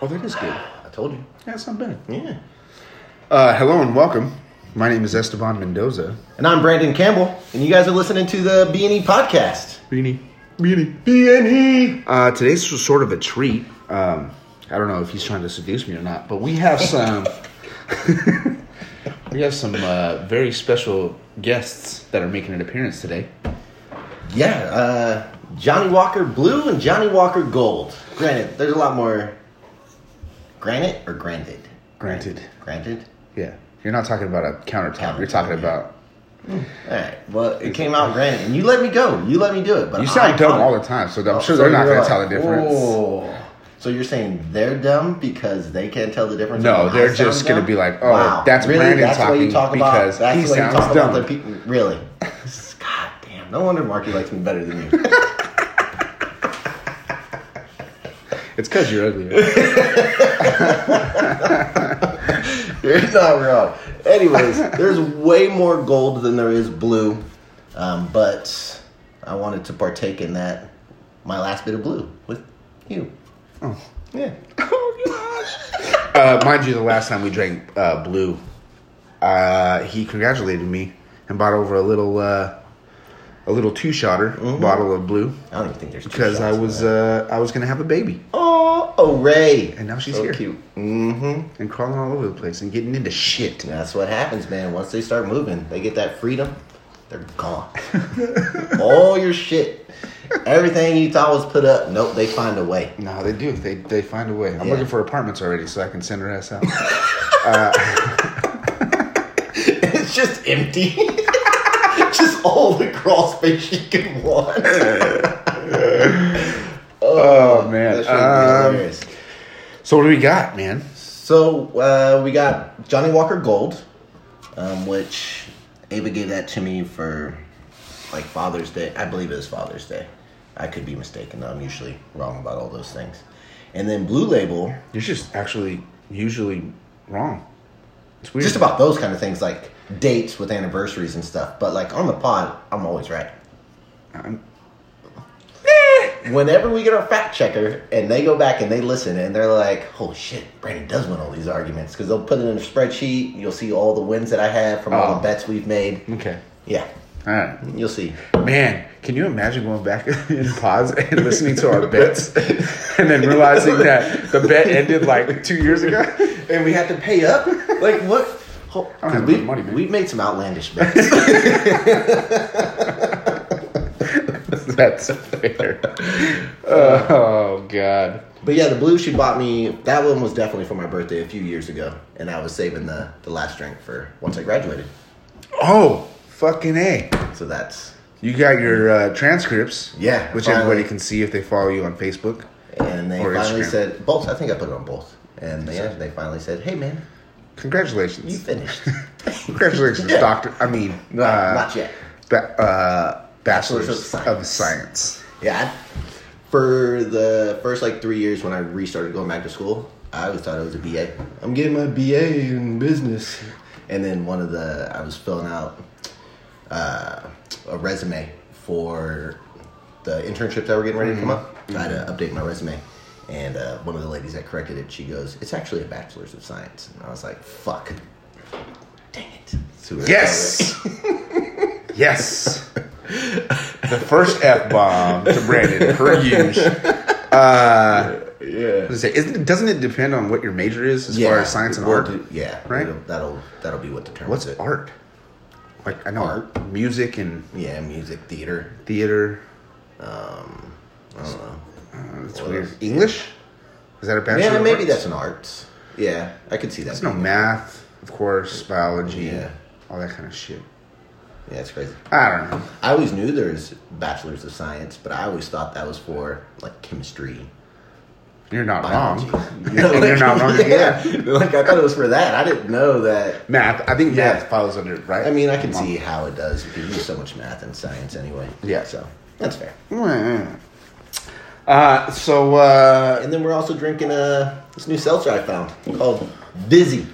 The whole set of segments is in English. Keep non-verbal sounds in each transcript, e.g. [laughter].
Oh, that is good. I told you. Yeah, it's not bad. Yeah. Uh, hello and welcome. My name is Esteban Mendoza. And I'm Brandon Campbell, and you guys are listening to the B&E podcast. Beanie. Beanie. B&E. Uh, today's was sort of a treat. Um, I don't know if he's trying to seduce me or not, but we have some. [laughs] we have some uh, very special guests that are making an appearance today. Yeah, uh, Johnny Walker Blue and Johnny Walker Gold. Granted, there's a lot more. Granite or granted? Granted. Granted? Yeah, you're not talking about a countertop. You're Countertop, talking yeah. about. Alright, well, it came out granted, and you let me go. You let me do it. But You sound I dumb thought- all the time, so I'm Uh, Oh, sure so they're not you're going like, to tell the difference. "Whoa." So you're saying they're dumb because they can't tell the difference? No, and I they're sound just gonna dumb? be like, "Oh, that's really? Brandon that's what you talking talk because about, that's he what you sound talk dumb." About the people. Really? [laughs] God damn! No wonder Marky likes me better [laughs] than you. It's because you're [laughs] ugly. right? You're not wrong. Anyways, there's way more gold than there is blue, um, but I wanted to partake in that my last bit of blue with you. Oh. Yeah. Uh, mind you, the last time we drank uh, blue, uh, he congratulated me and bought over a little, uh, a little two shotter bottle of blue I don't even think there's two because I Mm-hmm. shots in was, that. uh, I was gonna have a baby Oh, hooray! And now she's so here. Cute. Mm-hmm. and crawling all over the place and getting into shit. That's what happens, man. Once they start moving, they get that freedom. They're gone. All your shit, everything you thought was put up. Nope, they find a way. [laughs] No, they do. They they find a way. I'm Yeah. looking for apartments already so I can send her ass out. [laughs] It's just empty. [laughs] just all the crawl space she could want. oh That man. shit would be Um, hilarious. so what do we got, man? So uh, we got Johnny Walker Gold, um, which Ava gave that to me for like Father's Day. I believe it was Father's Day. I could be mistaken. I'm usually wrong about all those things. And then Blue Label, You're just actually usually wrong. It's weird. just about those kind of things, like dates with anniversaries and stuff. But like on the pod, I'm always right. I'm- Whenever we get our fact checker and they go back and they listen and they're like, "Oh shit, Brandon does win all these arguments," because they'll put it in a spreadsheet. You'll see all the wins that I have from all Oh. the bets we've made. okay. Yeah, All right. you'll see. Man, can you imagine going back [laughs] in pods and listening to our bets and then realizing that the bet ended like two years ago? [laughs] And we had to pay up. Like what? Ho- I don't have we, enough money, man. We've made some outlandish [laughs] bets. That's fair. Oh, God. but yeah, the blue she bought me. That one was definitely for my birthday a few years ago, and I was saving the the last drink for once I graduated. Oh, fucking A. So that's You got your uh, transcripts. Yeah, Which finally. everybody can see if they follow you on Facebook. and they Or finally Instagram. said both. I think I put it on both. And yeah, they finally said, "Hey man, Congratulations. [laughs] you finished." Congratulations, [laughs] Yeah. Doctor. I mean, No, uh, not yet. Ba- uh, Bachelor's Bachelor's of of Science. Science. Yeah. I- For the first like three years when I restarted going back to school, I always thought it was a BA. I'm getting my BA in business. And then one of the, I was filling out uh, a resume for the internships that were getting ready to come Mm-hmm. up. I had to update my resume. And uh, one of the ladies that corrected it, she goes, It's actually a bachelor's of science. And I was like, Fuck. Dang it. So we were Yes. yes. The first f bomb to Brandon [laughs] per use. like, Yeah. Say, isn't, doesn't it depend on what your major is as far as science and we'll art? do- yeah, right? it'll- That'll that'll be what determines What's it. art? Like I know Art. music and Yeah, music, theater. theater. Uh, Um, I don't know. That's What weird. else? English? Is that a bachelor? yeah, of maybe arts? that's an art. Yeah, I could see that. There's no math, of course, biology, Yeah. all that kind of shit. Yeah, it's crazy. I don't know. I always knew there's bachelors of science, but I always thought that was for like chemistry. You're not [laughs] biology. wrong. You know, And [laughs] you're not wrong. [laughs] Yeah, like I thought it was for that. I didn't know that. Math. I think Yeah. math follows under right. I mean, I can see how it does. You use so much math and science anyway. Yeah. so that's fair. Mm-hmm. Uh, so uh, And then we're also drinking uh, this new seltzer I found called Vizzy.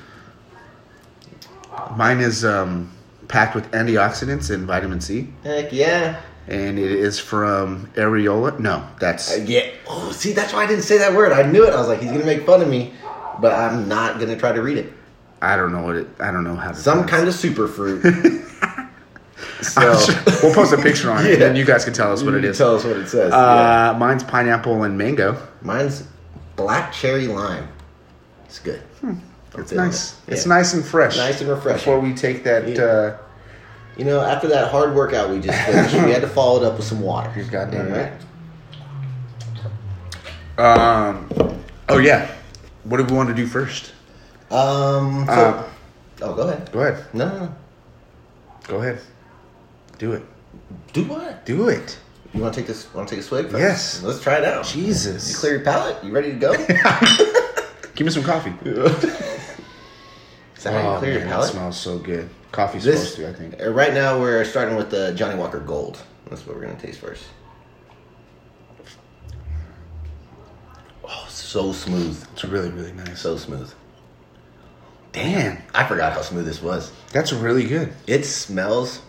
Mine is um, packed with antioxidants and vitamin C, Heck yeah. and it is from areola. No, that's Uh, Yeah. Oh, see, that's why I didn't say that word. I knew it. I was like, he's gonna make fun of me, but I'm not gonna try to read it. I don't know what it. I don't know how to. Some pronounce kind of [laughs] superfruit. so it. we'll post a picture on it, Yeah. and then you guys can tell us what you it can is. Tell us what it says. Yeah. Uh, Mine's pineapple and mango. Mine's black cherry lime. It's good. Hmm. It's good on nice. it. It's Yeah. nice and fresh. Nice and refreshing. Before we take that, Yeah. uh, You know, after that hard workout we just finished, we had to follow it up with some water. You're goddamn All right. um, oh yeah, what do we want to do first? Um. So, Uh, oh, go ahead. Go ahead. No, no, no. Go ahead. Do it. Do what? Do it. You want to take this? Want to take a swig? First? Yes. Let's try it out. You Jesus. clear your palate. You ready [laughs] to go? Is Give me some coffee. Oh, that how you clear your man, palate? That smells so good. Coffee's supposed to, I think. uh, Right now, we're starting with the Johnny Walker Gold. That's what we're gonna taste first. Oh, so smooth, It's really, really nice. so smooth. Damn, I forgot how smooth this was. that's really good. It smells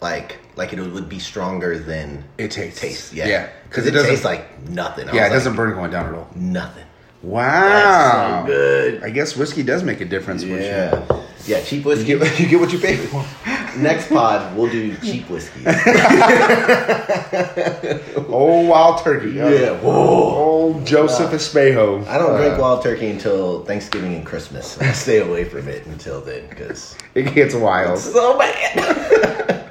like like it would be stronger than It tastes. tastes. Yeah, Yeah. because it, doesn't- tastes like nothing. Yeah, I it was like, doesn't Ah. burn going down at all. nothing. Wow. so good. I guess whiskey does make a difference. when you- Yeah, [laughs] yeah, cheap whiskey. You [laughs] get, you get what you pay for. Next pod, we'll do cheap [laughs] whiskey. Oh, wild turkey. Oh, whoa. Old Joseph Espejo. I don't Uh, drink wild turkey until Thanksgiving and Christmas. I stay away from it until then because It gets wild. so bad.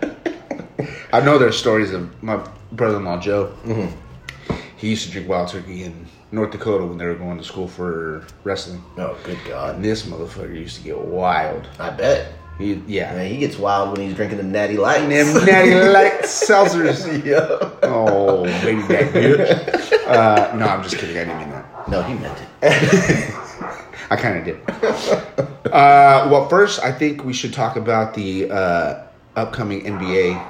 [laughs] I know there's stories of my brother-in-law Joe. Mm-hmm. He used to drink wild turkey in North Dakota when they were going to school for wrestling. Oh, good And God! this motherfucker used to get wild. I bet. He, yeah. Man, he gets wild when he's drinking them natty lights. Them [laughs] natty light seltzers. yeah. Oh, baby back bitch. Uh, no, I'm just kidding. I didn't mean that. No, he meant it. I kind of did. Uh, well, first, I think we should talk about the uh, upcoming NBA.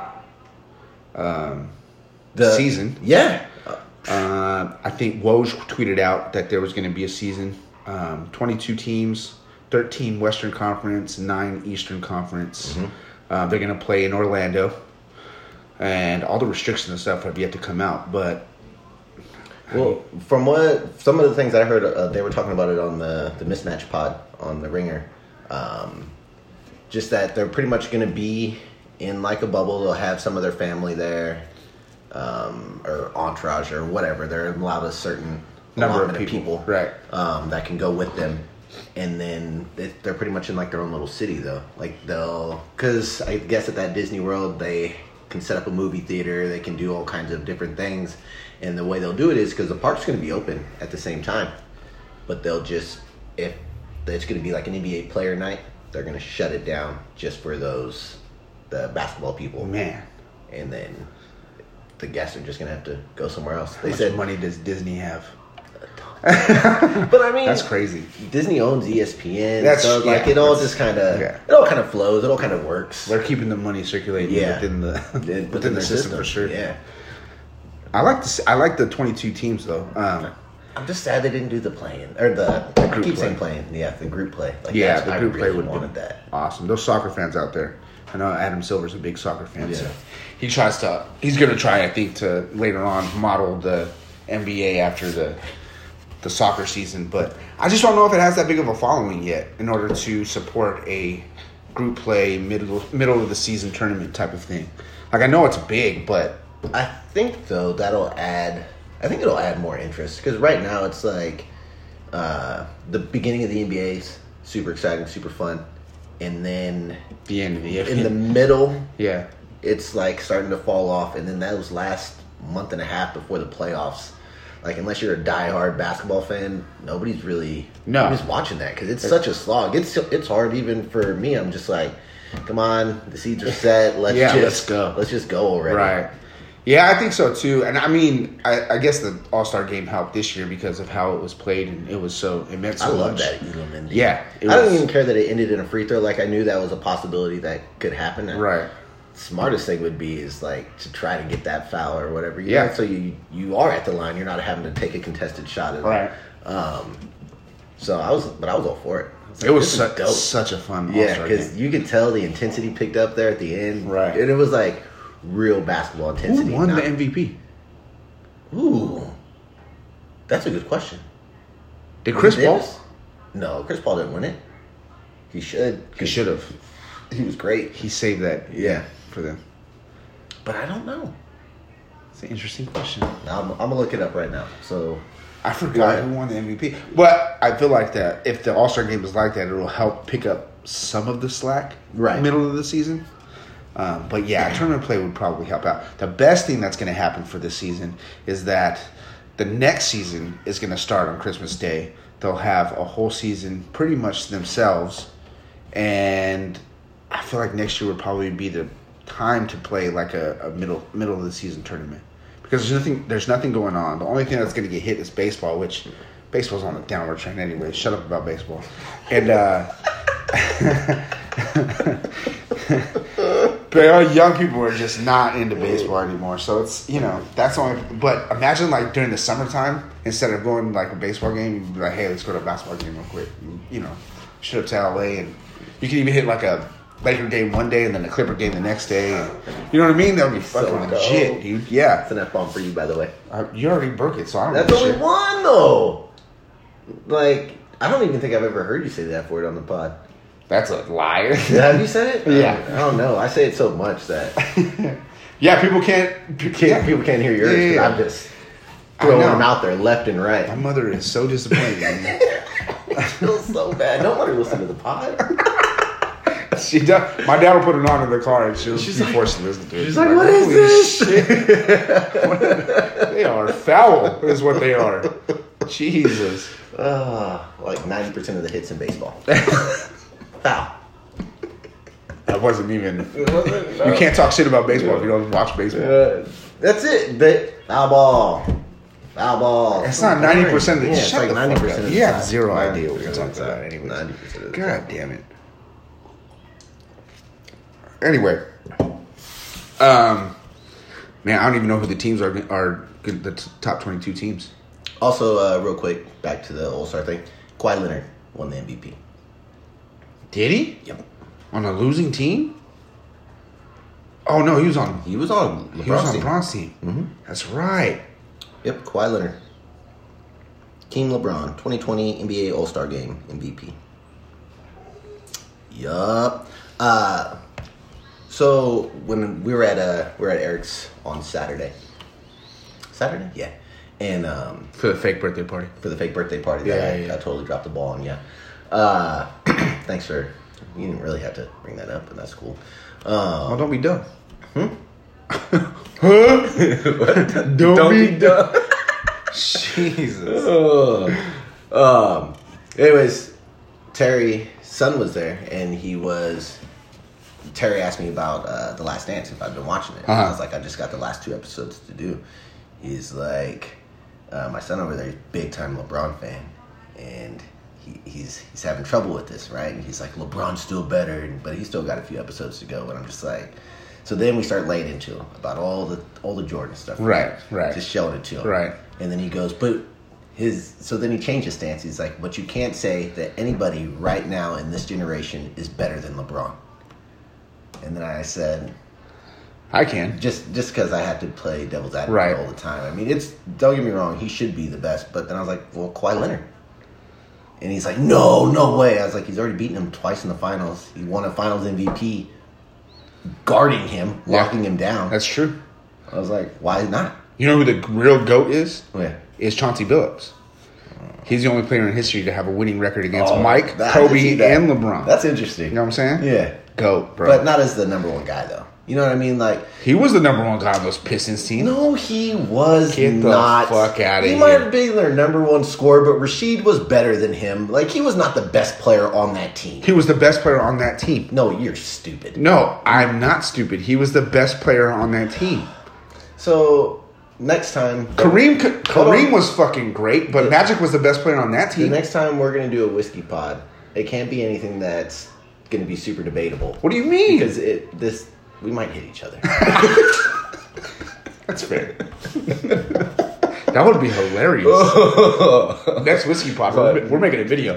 The Season. Yeah. Uh, Uh, I think Woj tweeted out that there was going to be a season. Um, 22 teams, 13 Western Conference, 9 Eastern Conference. Mm-hmm. Uh, they're going to play in Orlando. And all the restrictions and stuff have yet to come out, but Well, from what some of the things I heard, uh, they were talking about it on the the mismatch pod on the Ringer. Um, just that they're pretty much going to be in like a bubble. They'll have some of their family there, um, or entourage or whatever. They're allowed a certain Number of allotment people, right. Um, that can go with them. And then it, they're pretty much in like their own little city though. Like they'll, because I guess at that Disney World they can set up a movie theater. They can do all kinds of different things. And the way they'll do it is because the park's going to be open at the same time, but they'll just if it's going to be like an NBA player night, they're going to shut it down just for those the basketball people, oh man, and then the guests are just going to have to go somewhere else. They how much said, money does Disney have? [laughs] but I mean, That's crazy. Disney owns E ESPN. That's- so like yeah, it all that's- just kind of yeah. it all kind of flows. It all kind of works They're keeping the money circulating Yeah. within the [laughs] within, the their system, for sure. Yeah, I like the s- I like the 22 teams though. Um, I'm just sad they didn't do the playing or the. I group keep play. saying playing. Yeah, the group play. Like, yeah, that's- the I group really play would wanted be that. awesome. Those soccer fans out there, I know Adam Silver's a big soccer fan. so Yeah. he tries to. He's going to try, I think, to later on model the NBA after the the soccer season. But I just don't know if it has that big of a following yet in order to support a group play middle middle of the season tournament type of thing. Like I know it's big, but I think though that'll add. I think it'll add more interest because right now it's like uh, the beginning of the NBA's super exciting, super fun, and then the end of the in the middle yeah. it's like starting to fall off, and then those last month and a half before the playoffs, like unless you're a diehard basketball fan, nobody's really No. nobody's watching that because it's such a slog. It's it's hard even for me. I'm just like, come on, the seeds are set. Let's Yeah, just let's go. Let's just go already. Right. Yeah, I think so too. And I mean, I, I guess the All Star game helped this year because of how it was played and it was so it meant so I love much. that Elam ending. Yeah, I it don't was- even care that it ended in a free throw. Like I knew that was a possibility that could happen. Right. Smartest thing would be is like to try to get that foul or whatever. you Yeah. know, So you you are at the line. You're not having to take a contested shot. At it. Right. Um. So I was, but I was all for it. It was this is su- such a fun Yeah, All-Star because game. you could tell the intensity picked up there at the end. Right. And it was like real basketball Who intensity. won not- the MVP? Ooh. That's a good question. Did Chris Anthony Paul? Davis? No, Chris Paul didn't win it. He should. He should have. [laughs] He was great. He saved that Yeah. for them. But I don't know. It's an interesting question. I'm, I'm going to look it up right now. So, I forgot who won the MVP. But I feel like that if the All Star game is like that, it'll help pick up some of the slack Right. middle of the season. Um, but yeah, tournament play would probably help out. The best thing that's going to happen for this season is that the next season is going to start on Christmas Day. They'll have a whole season pretty much to themselves, and I feel like next year would probably be the time to play like a, a middle middle of the season tournament because there's nothing there's nothing going on. The only thing that's going to get hit is baseball, which baseball's on a downward trend anyway. Shut up about baseball, and. uh But our young people are just not into baseball anymore. So it's you know that's the only. But imagine like during the summertime, instead of going to, like a baseball game, you'd be like, hey, let's go to a basketball game real quick. And, You know, shoot up to LA, and you can even hit like a Laker game one day and then a Clipper game the next day. And, you know what I mean? That would be So fucking dope. legit, dude. Yeah, that's an F bomb for you, by the way. Uh, you already broke it, so I don't. That's give a what we shit. won, though. Like, I don't even think I've ever heard you say that word on the [laughs] pod. That's a liar. Have you said it? Yeah. I don't know. I say it so much that yeah, people can't. pe- can't, people can't hear yours. 'cause [laughs] Yeah, yeah, yeah. I'm just I throwing know. them out there left and My right. mother is so disappointed. in me. I feel so bad. No wonder you listen to the pod. [laughs] She does. My dad will put it on in the car, and she'll be forced to listen to it. she's like, "What is "Holy this?" shit." they are foul, is what they [laughs] are. Jesus. Uh, like ninety percent of the hits [laughs] in baseball. Foul. That wasn't even. You can't talk shit about baseball if you don't watch baseball. Uh, that's it. But foul ball. Foul ball. It's not 90% of the Yeah, it's shut like the fuck ninety up. percent. You have zero idea what you're talking about anyways. Ninety percent. of the time. God damn it. Anyway, um, man, I don't even know who the teams are. Are the t- top twenty-two teams? Also, uh, real quick, back to the All Star thing. Kawhi Leonard won the MVP. Did he Yep. on a losing team? Oh no, he was on. He was on He was LeBron's on team. LeBron's team. That's right. Yep, Kawhi Leonard. King LeBron, 2020 NBA All Star Game MVP. Yup. Uh, so when we were at uh, we were at Eric's on Saturday. Saturday, yeah, and um, For the fake birthday party. for the fake birthday party, Yeah, that I, yeah, yeah. I totally dropped the ball on. Yeah. Uh, [clears throat] thanks for. You didn't really have to bring that up, but that's cool. Um, Oh, don't be dumb. Hmm? [laughs] huh? [laughs] don't, be, dumb. Jesus. um. Anyways, Terry's son was there, and he was. Terry asked me about uh, the Last Dance if I've been watching it. I Uh-huh. was like, I just got the last two episodes to do. He's like, uh, my son over there, is big time LeBron fan, and he, he's he's having trouble with this, right? And he's like, LeBron's still better, and- but he's still got a few episodes to go. And I'm just like, so then we start laying into him about all the all the Jordan stuff, Right, right. Just showing it to him, Right. and then he goes, but his so then he changed his stance. He's like, but you can't say that anybody right now in this generation is better than LeBron. And then I said, [laughs] I can. just just because I had to play devil's advocate Right. all the time. I mean, it's don't get me wrong, he should be the best. But then I was like, well, Kawhi Leonard. And he's like, no, no way. I was like, he's already beaten him twice in the finals. He won a finals MVP guarding him, Yeah. locking him down. That's true. I was like, why not? You know who the real goat is? Yeah. Is Chauncey Billups. He's the only player in history to have a winning record against Oh, Mike, that- I did see Kobe, that. and LeBron. That's interesting. you know what I'm saying? Yeah. Goat, bro. But not as the number one guy, though. You know what I mean? Like, he was the number one guy on those Pistons team. no, he was Get the not. fuck outta He here. might have been their number one scorer, but Rashid was better than him. Like, he was not the best player on that team. He was the best player on that team. No, you're stupid. No, I'm not stupid. He was the best player on that team. So, next time, Kareem Ka- Hold on. Kareem was fucking great, but Magic was the best player on that the team. next time we're going to do a whiskey pod, it can't be anything that's going to be super debatable. What do you mean? Because it, this, we might hit each other. That's fair. [laughs] That would be [laughs] hilarious. Next whiskey pop, we're, But- we're making a [laughs] video.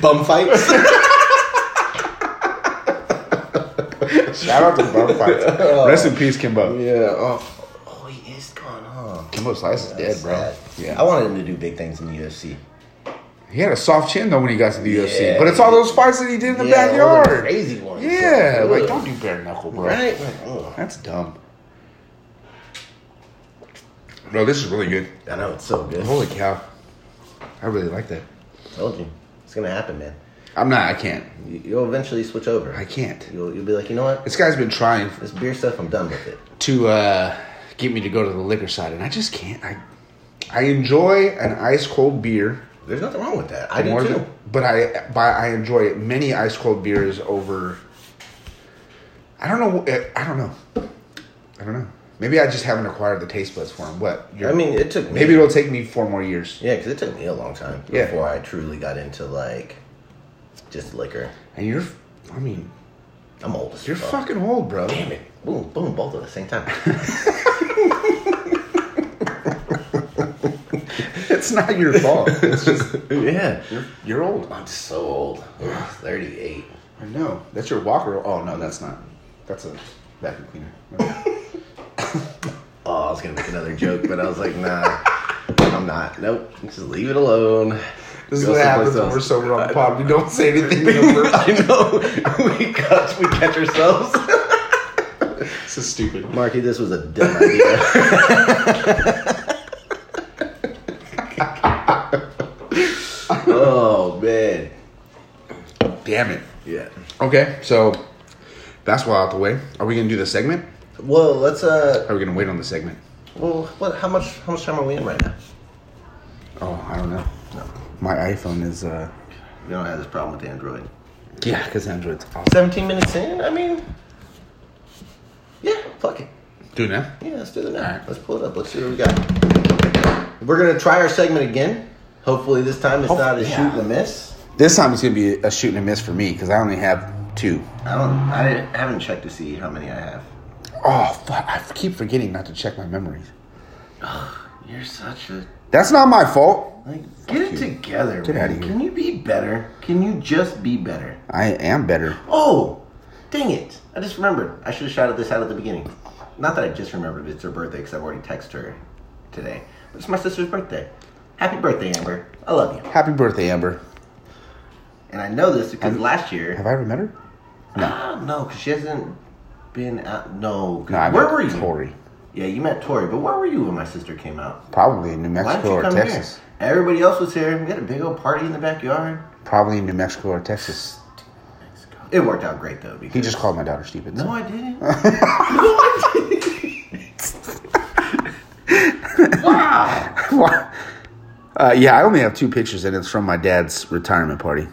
[laughs] Bum fights. [laughs] Shout out to Bum Fights. [laughs] Rest in peace, Kimbo. yeah. uh, Oh, oh, he is gone, huh? Kimbo Slice is dead, bro. Sad. Yeah. I wanted him to do big things in the UFC. He had a soft chin though when he got to the UFC. Yeah. But it's all those fights that he did in the Yeah, all the backyard. crazy ones. Yeah, Ugh. like don't do bare knuckle, bro. Right? Like, oh. ugh. That's dumb. Bro, this is really good. I know it's so good. Holy cow. I really like that. Told you, it's gonna happen, man. I'm not, I can't. You- You'll eventually switch over. I can't. You'll, you'll be like, you know what? This guy's been trying This beer stuff, I'm done with it. to uh, get me to go to the liquor side, and I just can't. I I enjoy an ice cold beer There's nothing wrong with that. I more do too. than, but I but I enjoy many ice cold beers over. I don't know. eh, I don't know. I don't know. Maybe I just haven't acquired the taste buds for them. What? I mean, it took me. maybe it'll take me four more years. Yeah, because it took me a long time Yeah. before I truly got into like just liquor. And you're, I mean, I'm old as you're fuck. fucking old, bro. Damn it! Boom, boom, both at the same time. [laughs] It's not your fault. It's [laughs] just yeah, you're old. I'm so old. Ugh, 38. I know. That's your walker. Oh no, that's not. That's a vacuum cleaner. Oh, I was gonna make another joke, but I was like, nah, I'm not. Nope, just leave it alone. This is Go what happens when someplace we're else. sober on the pod. We don't [laughs] say anything. This [laughs] I know. we catch, we catch ourselves. is stupid. Marky, this was a dumb idea. oh man. Damn it. Yeah. Okay, so basketball out the way. Are we gonna do the segment? Well, let's uh. Or are we gonna wait on the segment? Well, what? How much? How much time are we in right now? Oh, I don't know. No, My iPhone is uh. we don't have this problem with Android. Yeah, because Android's awesome. Seventeen minutes in. I mean, yeah. Fuck it. Do it now. Yeah, let's do the All now. right. Let's pull it up. Let's see what we got. We're gonna try our segment again. Hopefully, this time it's not a Hopefully, yeah. shoot and a miss. This time it's gonna be a shoot and a miss for me because I only have two. I don't. I didn't- I haven't checked to see how many I have. Oh, fuck. I keep forgetting not to check my memories. You're such a That's not my fault. like. Get it together, Get man. outta here. Can you be better? Can you just be better? I am better. Oh, dang it! I just remembered. I should have shouted this out at the beginning. Not that I just remembered it's her birthday because I've already texted her today. But it's my sister's birthday. Happy birthday, Amber. I love you. Happy birthday, Amber. And I know this because last year. Have I ever met her? No, [gasps] no, because she hasn't been out. No, 'cause- No, I where met were you? Tori. Yeah, you met Tori, but where were you when my sister came out? Probably in New Why Mexico didn't you or come Texas. here? Everybody else was here. We had a big old party in the backyard. Probably in New Mexico or Texas. It worked out great though. Because He just called my daughter stupid. [laughs] no, I didn't. no, I didn't. [laughs] wow. Why- uh, yeah, I only have two pictures, and it's from my dad's retirement party.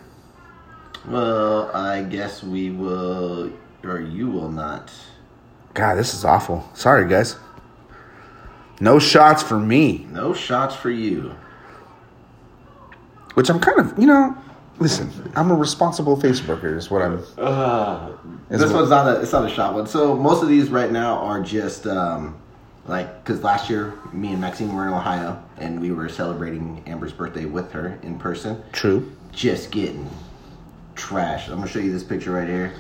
Well, I guess we will, or you will not. God, this is awful. Sorry, guys. No shots for me, No shots for you. which I'm kind of, you know. Listen, I'm a responsible Facebooker. Is what I'm. Uh, Is this it- one's not a it's not a shot one. So most of these right now are just um, like because last year me and Maxine were in Ohio and we were celebrating Amber's birthday with her in person. True. Just getting trashed. I'm gonna show you this picture right here,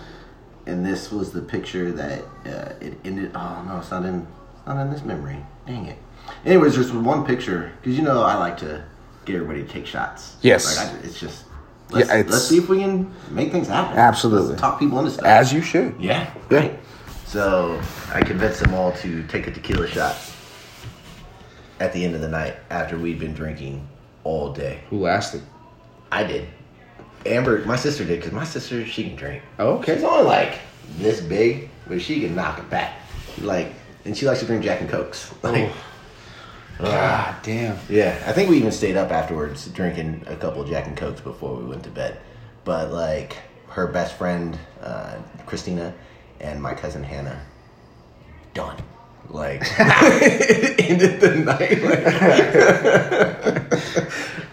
and this was the picture that uh, it ended. Oh no, it's not in it's not in this memory. Dang it. Anyways, there's one picture because you know I like to get everybody to take shots. Yes. like I, it's just. Let's, Yeah, it's- let's see if we can make things happen. Absolutely. Let's talk people into stuff. As you should. Yeah. Yeah. Right. So I convinced them all to take a tequila shot at the end of the night after we'd been drinking all day. Who lasted? I did. Amber, my sister did because my sister she can drink. She's Okay. only like this big, but she can knock it back. Like, and she likes to drink Jack and Cokes. [laughs] Like, ah. God damn. yeah, I think we even stayed up afterwards drinking a couple of Jack and Cokes before we went to bed. But like her best friend uh, Christina and my cousin Hannah, done. Like [laughs] ended the night.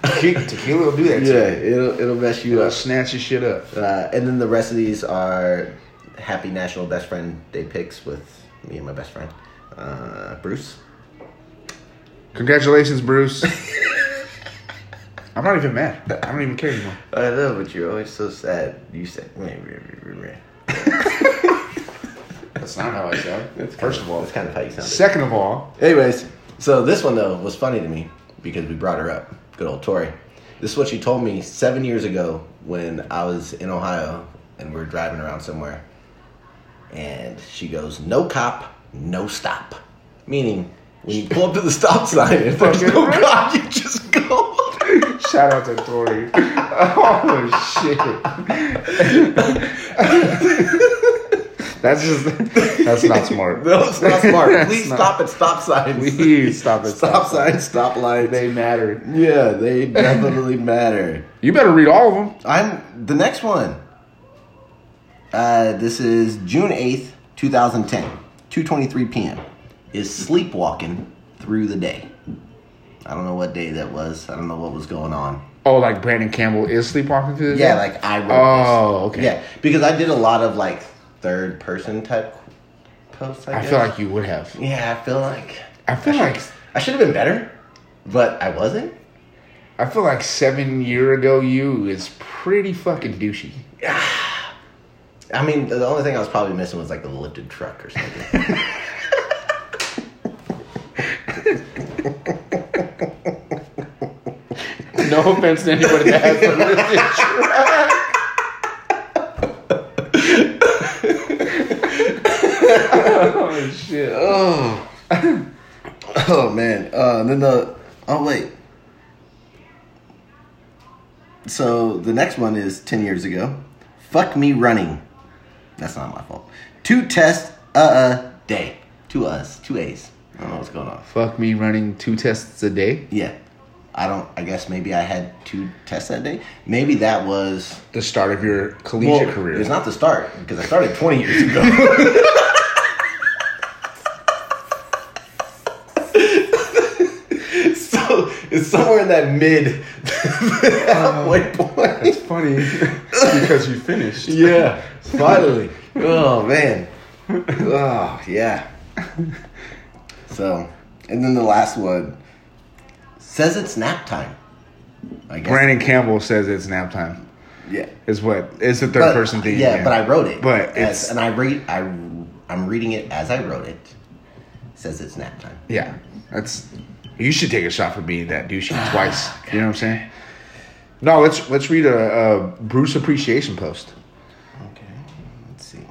Like, Te- Tequila will do that. yeah, Yeah. it'll it'll mess you It'll up. snatch your shit up. Uh, and then the rest of these are Happy National Best Friend Day picks with me and my best friend uh, Bruce. Congratulations, [laughs] Bruce. I'm not even mad. I don't even care anymore. Oh, I know, but you're always so sad. You said, That's not how I sound. First of all. that's kind of how you sound. Second of all, Anyways, so this one though was funny to me because we brought her up. Good old Tori. This is what she told me seven years ago when I was in Ohio and we are driving around somewhere. And she goes, No cop, no stop. Meaning, when you pull up to the stop sign and there's no Fucking cop, you just go. [laughs] shout out to Tori. [laughs] Oh shit. that's just that's not smart. No, it's not smart. That's Please not- stop at stop signs. Please stop it. [laughs] Stop signs, stop lines. They matter. Yeah, they definitely matter. You better read all of them. I'm the next one. Uh, this is June eighth, two thousand ten, two twenty three p.m. Is sleepwalking through the day. I don't know what day that was. I don't know what was going on. Oh, like Brandon Campbell is sleepwalking through the Yeah, day? like I wrote. Oh, this. okay. Yeah, because I did a lot of like third person type posts. I, I guess. feel like you would have. Yeah, I feel like I feel like I should have been better, but I wasn't. I feel like seven year ago you is pretty fucking douchey. I mean, the only thing I was probably missing was like a lifted truck or something. No offense to anybody that has a lifted truck. oh shit! [laughs] Oh. oh man. Uh, and then the oh wait. So the next one is ten years ago. Fuck me running. That's not my fault. Two test uh uh day. Two us. Two A's. I don't know what's going on. Fuck me running two tests a day. Yeah. I don't I guess maybe I had two tests that day. Maybe that was The start of your collegiate career. It's not the start, because I started twenty years ago. so it's somewhere in that mid [laughs] halfway point. funny [laughs] because you finished. Yeah. Finally. oh man. Oh yeah. So and then the last one says it's nap time. I guess. Brandon Campbell says it's nap time. Yeah. Is what? It's a third But- person thing. Yeah, but I wrote it. But as, it's and I read I I'm reading it as I wrote it. Says it's nap time. yeah. That's you should take a shot for being that Ah, douchey twice. You know what I'm saying? No, let's let's read a, a Bruce appreciation post. Okay. Let's see.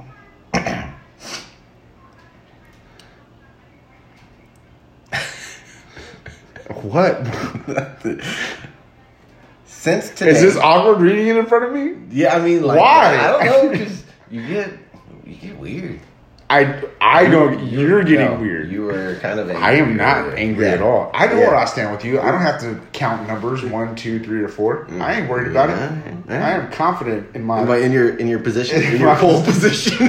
What? [laughs] Since today, Is this awkward reading it in front of me? yeah, I mean, like, Why? I don't know, [laughs] because you get you get weird. I I don't. You're getting No, weird. You were kind of. angry. I am not angry Yeah. at all. I know Yeah. Mm-hmm. where I stand with you. I don't have to count numbers one, two, three, or four. I ain't worried about it. Yeah. I am confident in my But in your in your [laughs] position, in My your pole position.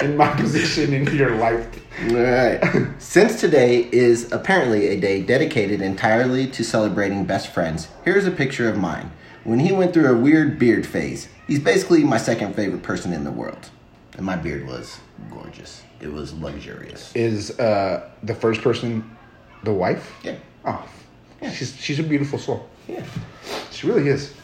in my [laughs] position in your life. All right. Since today is apparently a day dedicated entirely to celebrating best friends, here's a picture of mine when he went through a weird beard phase. He's basically my second favorite person in the world. And my beard was gorgeous. It was luxurious. Is uh the first person the wife? Yeah. Oh, she's she's a beautiful soul. Yeah. She really is.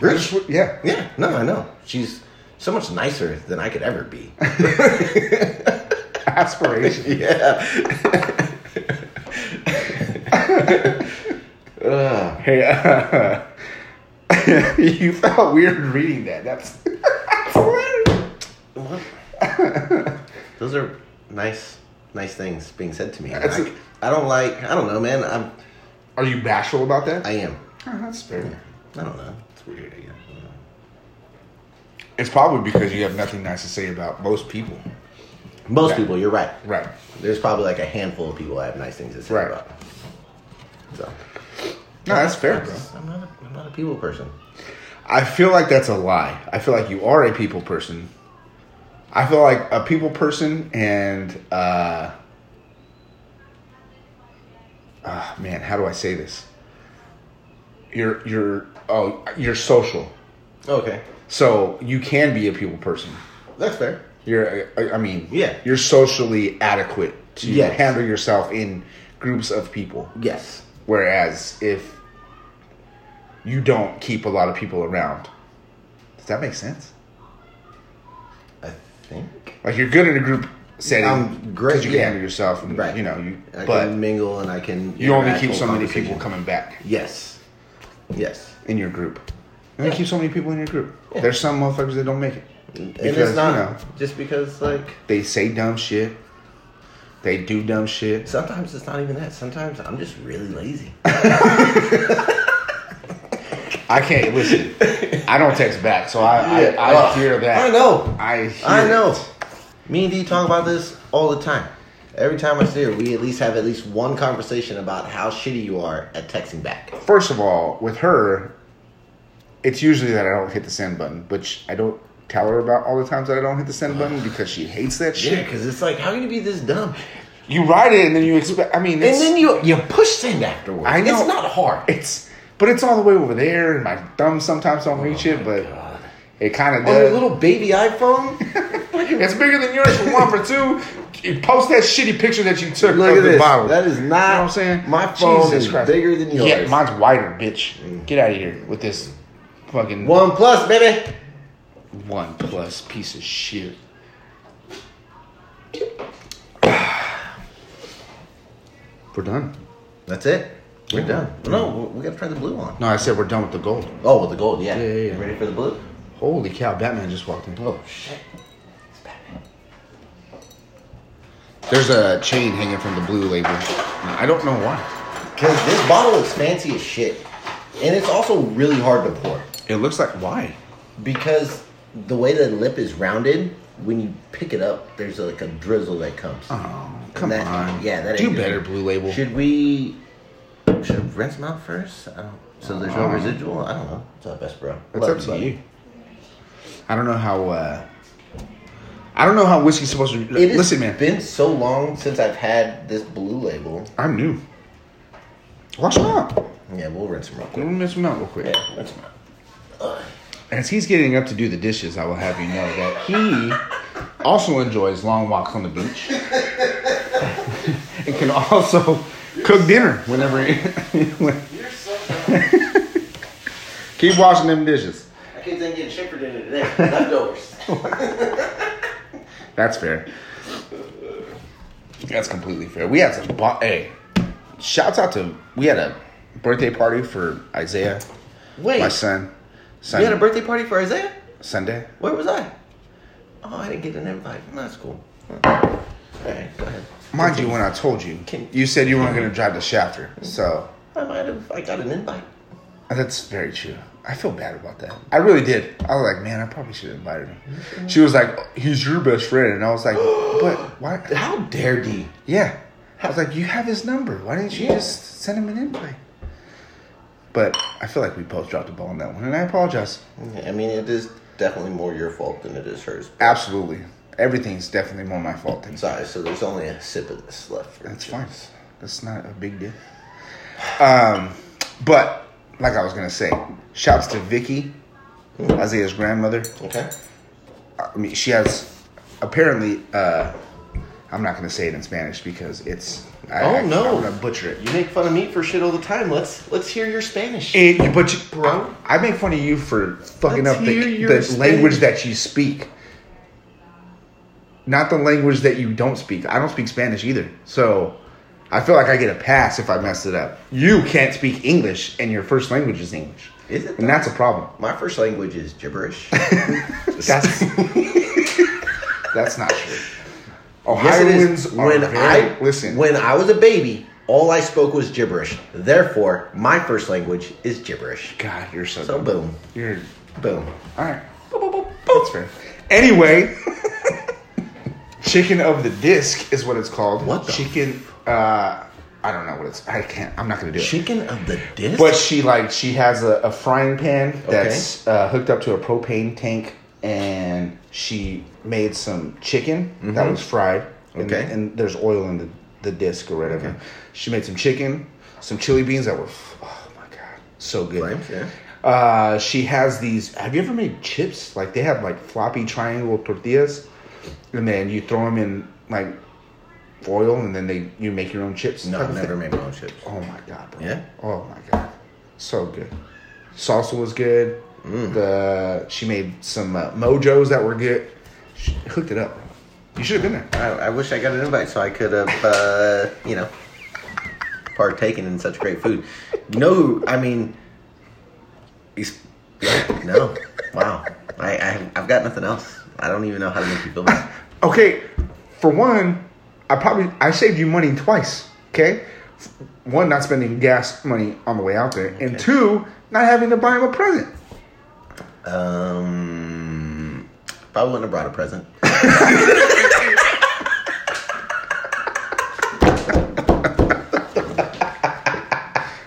Rich. Yeah. Yeah. No, I know. She's so much nicer than I could ever [laughs] be. [laughs] Aspiration. yeah. Hey, uh, [laughs] you felt weird reading that. That's, that's hilarious. Those are nice, nice things being said to me. That's Like, a- I don't like. I don't know, man. I'm. Are you bashful about that? I am. Oh, that's fair. I don't know. It's weird. I guess. I don't know. It's probably because you have nothing nice to say about most people. Most Right. people, you're right. Right. There's probably like a handful of people I have nice things to say Right. about. So No, that's fair, bro. I'm not. A, I'm not a people person. I feel like that's a lie. I feel like you are a people person. I feel like a people person and uh ah, man, how do I say this? You're you're oh you're social. Oh, Okay, So you can be a people person. that's fair. You're I I mean Yeah. you're socially adequate to Yes. handle yourself in groups of people. Yes. Whereas if you don't keep a lot of people around, does that make sense? I think. Like you're good in a group setting, I'm great, 'cause you can yeah. handle yourself, and Right. you know you. I but can mingle and I can. you only interact, keep hold so many conversation. people coming back Yes. Yes. in your group. You only keep so many people in your group. Yeah. There's some motherfuckers that don't make it because and it's not you know just because like they say dumb shit, they do dumb shit. sometimes it's not even that. Sometimes I'm just really [laughs] lazy. I can't listen. I don't text back, so I Yeah. I, I Ugh. hear that. I know. I hear I know. it. Me and D talk about this all the time. Every time I see her, we at least have at least one conversation about how shitty you are at texting back. First of all, with her, it's usually that I don't hit the send button, which I don't tell her about all the times that I don't hit the send button because she hates that Yeah, shit. because it's like, how can you be this dumb? You write it and then you expect. I mean, And it's, then you you push send afterwards. I know. It's not hard. It's but it's all the way over there, and my thumb sometimes don't reach it, but Oh God. it kind of On your does. little baby [laughs] iPhone. it's bigger than yours for one for two. You post that shitty picture that you took Look of at the this. bottle. That is not. You know what I'm saying? My phone Jesus is Christ. bigger than yours. Mm. Yeah, mine's wider, bitch. Get out of here with this fucking one, One plus, baby. plus piece of shit. [sighs] We're done. That's it. We're done. No, we- we gotta try the blue one. No, I said we're done with the gold. Oh, with the gold, yeah. Yeah, yeah, yeah. Ready for the blue? Holy cow, Batman just walked in. Oh shit. It's Batman. There's a chain hanging from the blue label. I don't know why. Cause this bottle is fancy as shit, and it's also really hard to pour It looks like why? because the way the lip is rounded. When you pick it up, there's like a drizzle that comes. Oh, And come that- on. Yeah, that do ain't good. better, blue label. Should we? Should I rinse them out first? I don't. So there's no Um, residual. I don't know. It's up, best bro. It's Love up to buddy. you. I don't know how. uh I don't know how whiskey's supposed to. It has Listen, man, been so long since I've had this blue label. I'm new. Wash him out. Yeah, we'll rinse them real Let quick. me miss him out real quick. Yeah, rinse them out. As he's getting up to do the dishes, I will have you know that he also enjoys long walks on the beach and can also cook dinner whenever. He, [laughs] when, You're so dumb. keep washing them dishes. I can't think getting shit for dinner today. [laughs] Leftovers. That's fair. That's completely fair. We had some. Bo- hey, shouts out to we had a birthday party for Isaiah, Wait, my son. you had a Sun- birthday party for Isaiah? Sunday. Where was I? Oh, I didn't get an invite. That's cool. All right, go ahead. Mind you, when I told you, Can- you said you Mm-hmm. weren't going to drive to Shafter. So I might have. I got an invite. that's very true. I feel bad about that. I really did. I was like, man, I probably should have invited him. She was like, he's your best friend, and I was like, but why? How dare D? Yeah. I was like, you have his number. Why didn't you Yeah. just send him an invite? But I feel like we both dropped the ball on that one, and I apologize. I mean, it is definitely more your fault than it is hers. Absolutely, everything's definitely more my fault than Sorry. So there's only a sip of this left. For That's you. fine. That's not a big deal. Um, but like I was gonna say, shouts to Vicky, Isaiah's grandmother. Okay. I mean, she has apparently. Uh, I'm not gonna say it in Spanish because it's. I, Oh, I, no. I'm gonna butcher it. You make fun of me for shit all the time. Let's let's hear your Spanish. It, but Eh, you, Bro. I make fun of you for fucking Let's up hear the, your the language Spanish. that you speak. Not the language that you don't speak. I don't speak Spanish either. So I feel like I get a pass if I mess it up. You can't speak English and your first language is English. Is it And though? that's a problem. My first language [laughs] is gibberish. [laughs] That's, that's not true. Yes, it Ohioans is. are When very- I listen. when I was a baby, all I spoke was gibberish. Therefore, my first language is gibberish. God, you're so, So dumb. boom, You're boom. all right. That's fair. Anyway, [laughs] chicken of the disc is what it's called. What the- chicken? Uh, I don't know what it's. I can't. I'm not gonna do it. Chicken of the disc. But she like she has a, a frying pan that's uh, hooked up to a propane tank, and she made some chicken that was fried. and- Mm-hmm. Okay. and there's oil in the the disc or whatever. She made some chicken, some chili beans that were f- oh my god, so good. Flames, yeah. Uh, she has these. Have you ever made chips? Like they have like floppy triangle tortillas, and then you throw them in like oil and then they you make your own chips? [laughs] No, type I've of never thing? made my own chips. Oh my god, bro. Yeah? Oh my god, so good. Salsa was good. Mm. The she made some uh, mojos that were good. She hooked it up. You should have been there. I, I wish I got an invite so I could have, uh, you know, partaken in such great food. You know who? I mean, he's, no, wow. I, I I've got nothing else. I don't even know how to make you feel better. Okay, for one, I probably I saved you money twice. Okay, F- one not spending gas money on the way out there, and two not having to buy him a present. [laughs] Um, probably wouldn't have brought a present.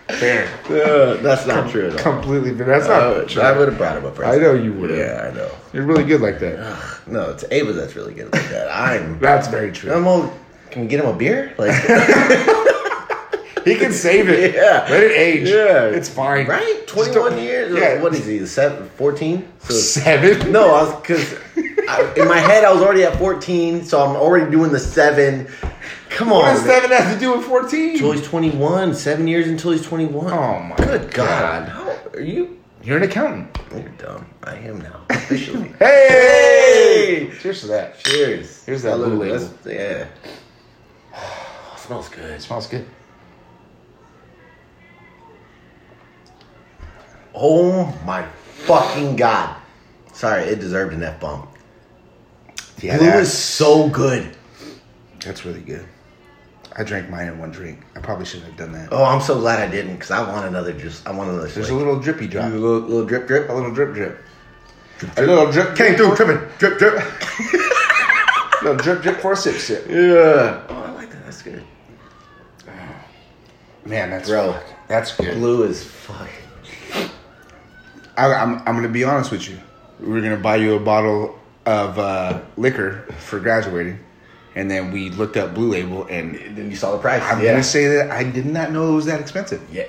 Fair, that's not true at completely. fair. That's not Uh, true. I would have brought him a present. I know you would've. Yeah, I know. You're really good like that. No, it's Ava that's really good like that. I'm. That's very true. I'm all. Can we get him a beer? Like, [laughs] He can save it. Yeah. let it age. Yeah. it's fine. right? Just don't- Twenty-one years. Yeah, What is he? Seven, 14? So, seven? [laughs] no, I was because in my head I was already at fourteen, so I'm already doing the seven. Come on, What does man. seven have to do with fourteen? Until he's twenty-one. Seven years until he's twenty-one. Oh my Good God. God! How are you? You're an accountant. You're dumb. I am [laughs] now officially. Hey! Hey! Cheers to that. It Cheers. Here's that Salud. blue label. That's- Yeah. [sighs] smells good. smells good. Oh my fucking god. Sorry, it deserved an F bomb. Yeah, Blue that- is so good. that's really good. I drank mine in one drink. I probably shouldn't have done that. Oh, I'm so glad I didn't because I want another just I want another There's like, a little drippy drop. little, little drip drip. A little drip drip. A little drip. Came through tripping. Drip drip. [laughs] little drip drip for a sip sip. Yeah. Oh, I like that. That's good. Man, that's Bro. fuck- That's good. Blue is fucking I, I'm, I'm gonna be honest with you. We were gonna buy you a bottle of uh, liquor for graduating, and then we looked up Blue Label, and then you saw the price. I'm yeah. gonna say that I did not know it was that expensive. yeah.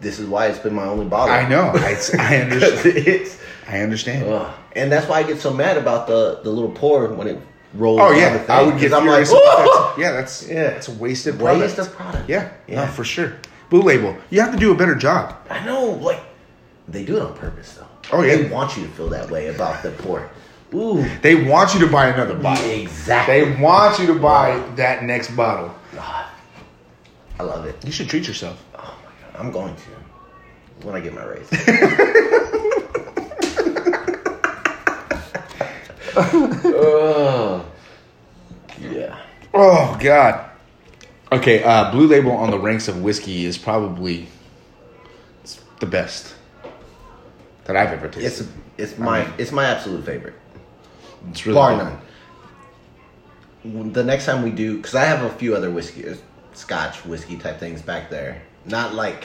This is why it's been my only bottle. I know. I, I 'Cause understand. [laughs] it's I understand. Ugh. And that's why I get so mad about the the little pour when it rolls. oh on the yeah, thing, I would 'cause get I'm like, furious. "Whoa!" about that. yeah, that's Yeah. yeah, it's a wasted product. waste of product. Yeah, yeah. no, for sure. Blue Label, you have to do a better job. I know, like they do it on purpose though. Oh, yeah. they want you to feel that way about the pour. Ooh, They want you to buy another bottle. exactly. They want you to buy that next bottle. God, I love it. You should treat yourself. Oh my god, I'm going to when I get my raise. Ugh. yeah. Oh God. Okay, uh, Blue Label on the ranks of whiskey is probably it's the best that I've ever tasted. It's it's my it's my absolute favorite, It's really bar good. none. The next time we do, because I have a few other whiskey, uh, Scotch whiskey type things back there. Not like,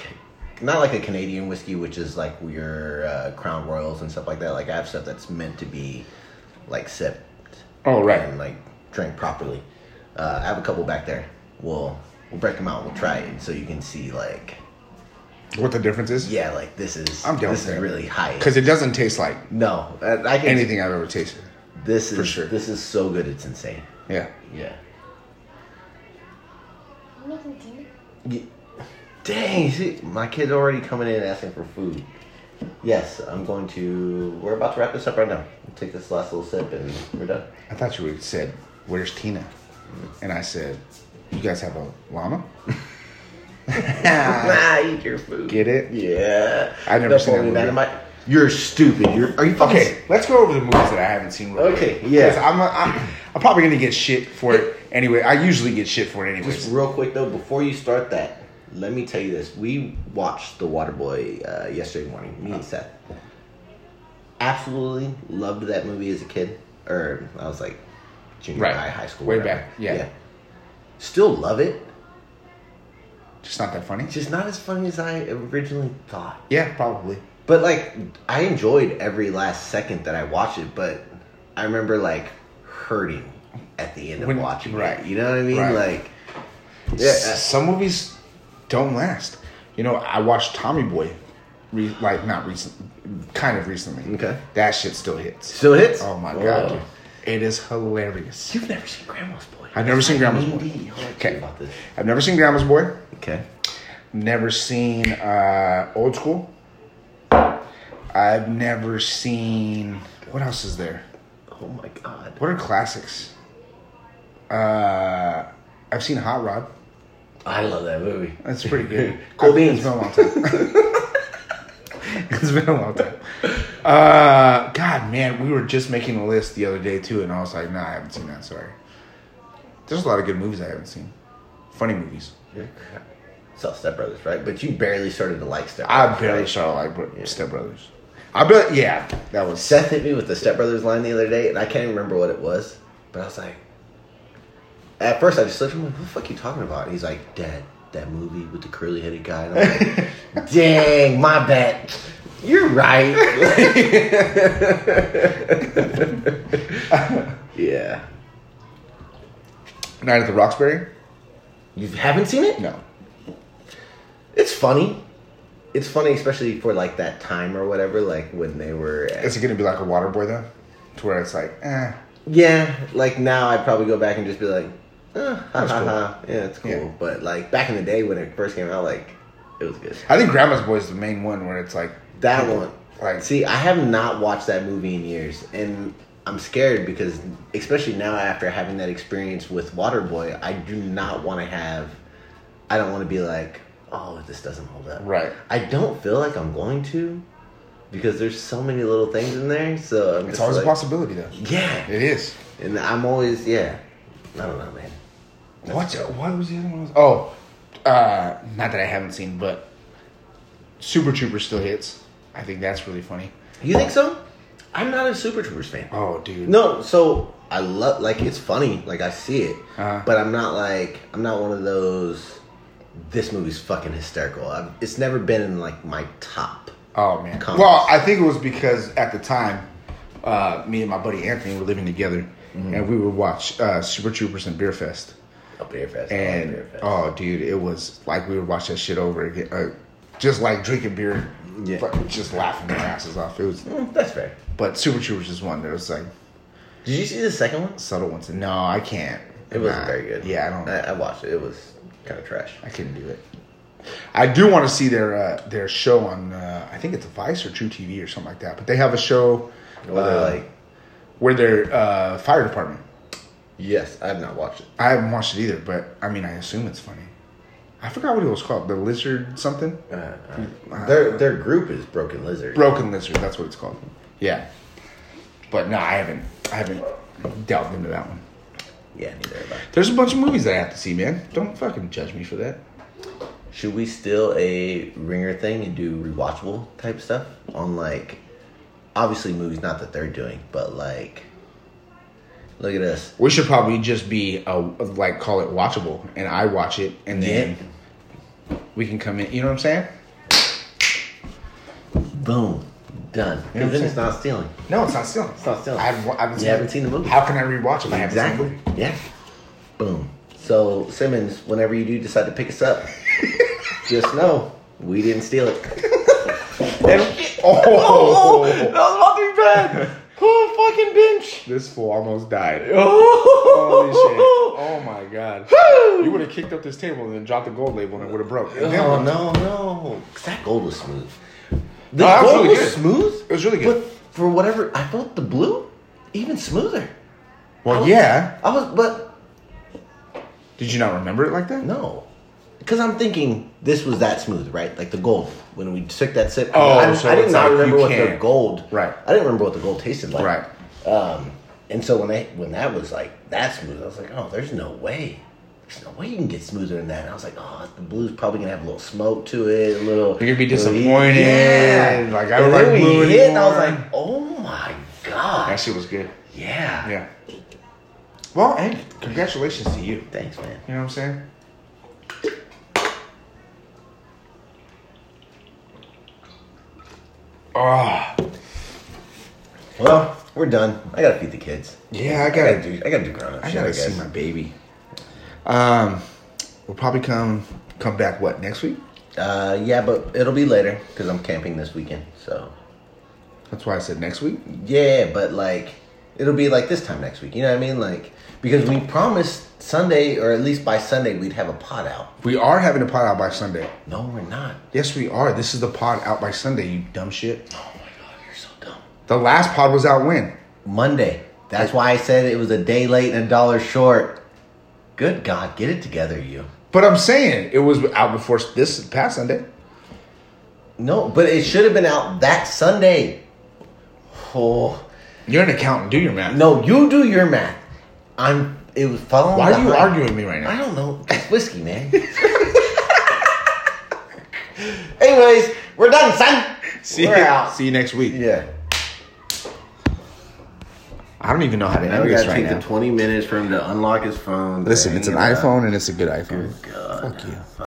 not like a Canadian whiskey, which is like your uh, Crown Royals and stuff like that. Like I have stuff that's meant to be, like sipped Oh and right. like drank properly. Uh, I have a couple back there. We'll we'll break them out. We'll try it, so you can see like, What the difference is? yeah, like this is I'm down this with is that. really high. Because it doesn't taste like No, I, I can anything I've ever tasted. This is sure. this is so good. It's insane. Yeah. Yeah. I'm making dinner. Dang, see, my kid's already coming in asking for food. Yes, I'm going to. We're about to wrap this up right now. We'll take this last little sip and we're done. I thought you would have said, "Where's Tina?" And I said, "You guys have a llama." [laughs] Ah, eat your food. Get it? Yeah. I never The seen that Holy movie. Dynamite. You're stupid. You're. Are you fucking? Okay, let's go over the movies that I haven't seen. Real Okay, quick. yeah. 'Cause I'm, I'm I'm probably gonna get shit for it anyway. I usually get shit for it anyways. Just real quick though, before you start that, let me tell you this: we watched The Waterboy uh, yesterday morning. Me and Seth absolutely loved that movie as a kid, or I was like junior Right. high, high school, Way whatever. back, yeah. Still love it, Just not that funny. just not as funny as I originally thought. Yeah, probably. But like, I enjoyed every last second that I watched it. But I remember like hurting at the end of When- watching right. it. You know what I mean? Right. Like, Yeah, yeah. s- some movies don't last. You know, I watched Tommy Boy, re- like not recent, kind of recently. Okay. that shit still hits. Still hits? Oh my Whoa. god, dude. It is hilarious. You've never seen Grandma's Boy. I've never seen Grandma's Boy. Mindy, I'll let you Okay. know about this. I've never seen Grandma's Boy. Okay. Never seen uh, Old School. I've never seen. What else is there? Oh my god. What are classics? Uh, I've seen Hot Rod. I love that movie. That's pretty good. [laughs] Cool I think It's beans. been a long time. [laughs] it's been a long time. Uh, God, man, we were just making a list the other day too, and I was like, Nah, I haven't seen that. Sorry. There's a lot of good movies I haven't seen. Funny movies. Saw Step Brothers, right? But you barely started to like Step Brothers. I barely right? saw like Bro- Step Brothers. I bet. Yeah, that was. Seth hit me with the Step Brothers line the other day, and I can't even remember what it was, but I was like, at first I just looked at him like, what the fuck are you talking about? And he's like, Dad, that movie with the curly headed guy. And I'm like, dang, my bad. You're right. [laughs] yeah. Night at the Roxbury? You haven't seen it? No. It's funny. It's funny, especially for like that time or whatever, like when they were. At, Is it going to be like a water boy, though? To where it's like, eh. Yeah, like now I'd probably go back and just be like, uh, ha, That's ha, cool. ha. yeah, it's cool. Yeah. But like back in the day when it first came out, like it was good. I think Grandma's Boy is the main one where it's like, That one, Right. see, I have not watched that movie in years, and I'm scared because, especially now after having that experience with Waterboy, I do not want to have. I don't want to be like, oh, this doesn't hold up. Right. I don't feel like I'm going to, because there's so many little things in there. So I'm it's just always like, a possibility, though. Yeah. It is. And I'm always, yeah. I don't know, man. What's, what was the other one? Oh, uh, not that I haven't seen, but Super Trooper still hits. I think that's really funny. You think so? I'm not a Super Troopers fan. Oh, dude. No, so I love, like, it's funny. Like, I see it. Uh-huh. But I'm not like, I'm not one of those, this movie's fucking hysterical. I've, it's never been in, like, my top. Oh man. Comments. Well, I think it was because at the time, uh, me and my buddy Anthony were living together, and we would watch uh, Super Troopers and Beer Fest. A beer fest. I love And beer fest. oh, dude, it was like we would watch that shit over again, uh, just like drinking beer, Yeah. but just laughing our asses off. It was, Mm, that's fair. but Super Troopers is one that was like Did you see the second one? subtle ones. No, I can't. It wasn't Nah. very good. Yeah, I don't. I, I watched it. It was kind of trash. I couldn't do it. I do want to see their uh, their show on. Uh, I think it's Vice or True TV or something like that. But they have a show Where they're uh, like, where their uh, fire department. yes, I have not watched it. I haven't watched it either, but I mean, I assume it's funny. I forgot what it was called. The lizard something. Uh, uh, their their group is Broken Lizard. Broken lizard. That's what it's called. Yeah. But no, I haven't. I haven't delved into that one. Yeah, neither have I. There's a bunch of movies that I have to see, man. Don't fucking judge me for that. Should we steal a ringer thing and do rewatchable type stuff on like, obviously movies not that they're doing, but like, look at us. We should probably just be a, like call it watchable, and I watch it, and then we can come in. You know what I'm saying? Boom, done. You know what then I'm it's not stealing. No, it's not stealing. It's not stealing. I haven't, wa- I haven't You seen haven't it. seen the movie. How can I rewatch it? I haven't seen the Exactly. movie. Yeah. Boom. So Simmons, whenever you do decide to pick us [laughs] up, just know we didn't steal [laughs] it. oh, [laughs] was about [laughs] to be bad. Oh, fucking [laughs] bench. this fool almost died. Holy [laughs] shit. Holy [laughs] Oh my god. You would have kicked up this table and then dropped the gold label and it would have broke. And then Oh what? no, no! 'Cause that gold was smooth. The that was gold really was good. smooth. It was really good. But for whatever, I felt the blue even smoother. I Well, was- yeah. I was, but Did you not remember it like that? no, because I'm thinking this was that smooth, right? Like the gold when we took that sip. Oh, I, so I did it's not like you remember what the can't- gold. Right. I didn't remember what the gold tasted like. Right. Um, and so when they when that was like that smooth, I was like, oh, there's no way. There's no way you can get smoother than that. And I was like, oh, the blue's probably gonna have a little smoke to it, a little. You're gonna be little heat. disappointed. Like, I don't and then like we blue hit, and I was anymore. like, oh my god. That shit was good. yeah. Yeah. Well, hey, congratulations to you. Thanks, man. You know what I'm saying? Ah, Well, we're done. I gotta feed the kids. yeah, I I gotta gotta do. do. I gotta do grown up I shit. I gotta guess. see my baby. Um, we'll probably come come back what next week. uh, yeah, but it'll be later because I'm camping this weekend. So That's why I said next week. yeah, but like it'll be like this time next week. You know what I mean? Like because we promised Sunday or at least by Sunday we'd have a pot out. We are having a pot out by Sunday. No, we're not. Yes, we are. This is the pod out by Sunday, you dumb shit. Oh my god, you're so dumb. The last pod was out when? Monday. That's why I said it was a day late and a dollar short. Good God, get it together, you. But I'm saying it was out before this past Sunday. No, but it should have been out that Sunday. Oh You're an accountant. Do your math. no, you do your math. I'm. It was following. Why are you behind. arguing with me right I now? don't know. It's whiskey, man. [laughs] Anyways, we're done, son. See, we're out. see you next week. Yeah. I don't even know how to Now end we this gotta right take now. the 20 minutes for him to unlock his phone. Listen, it's an hang it up. iPhone and it's a good iPhone. God. Fuck you.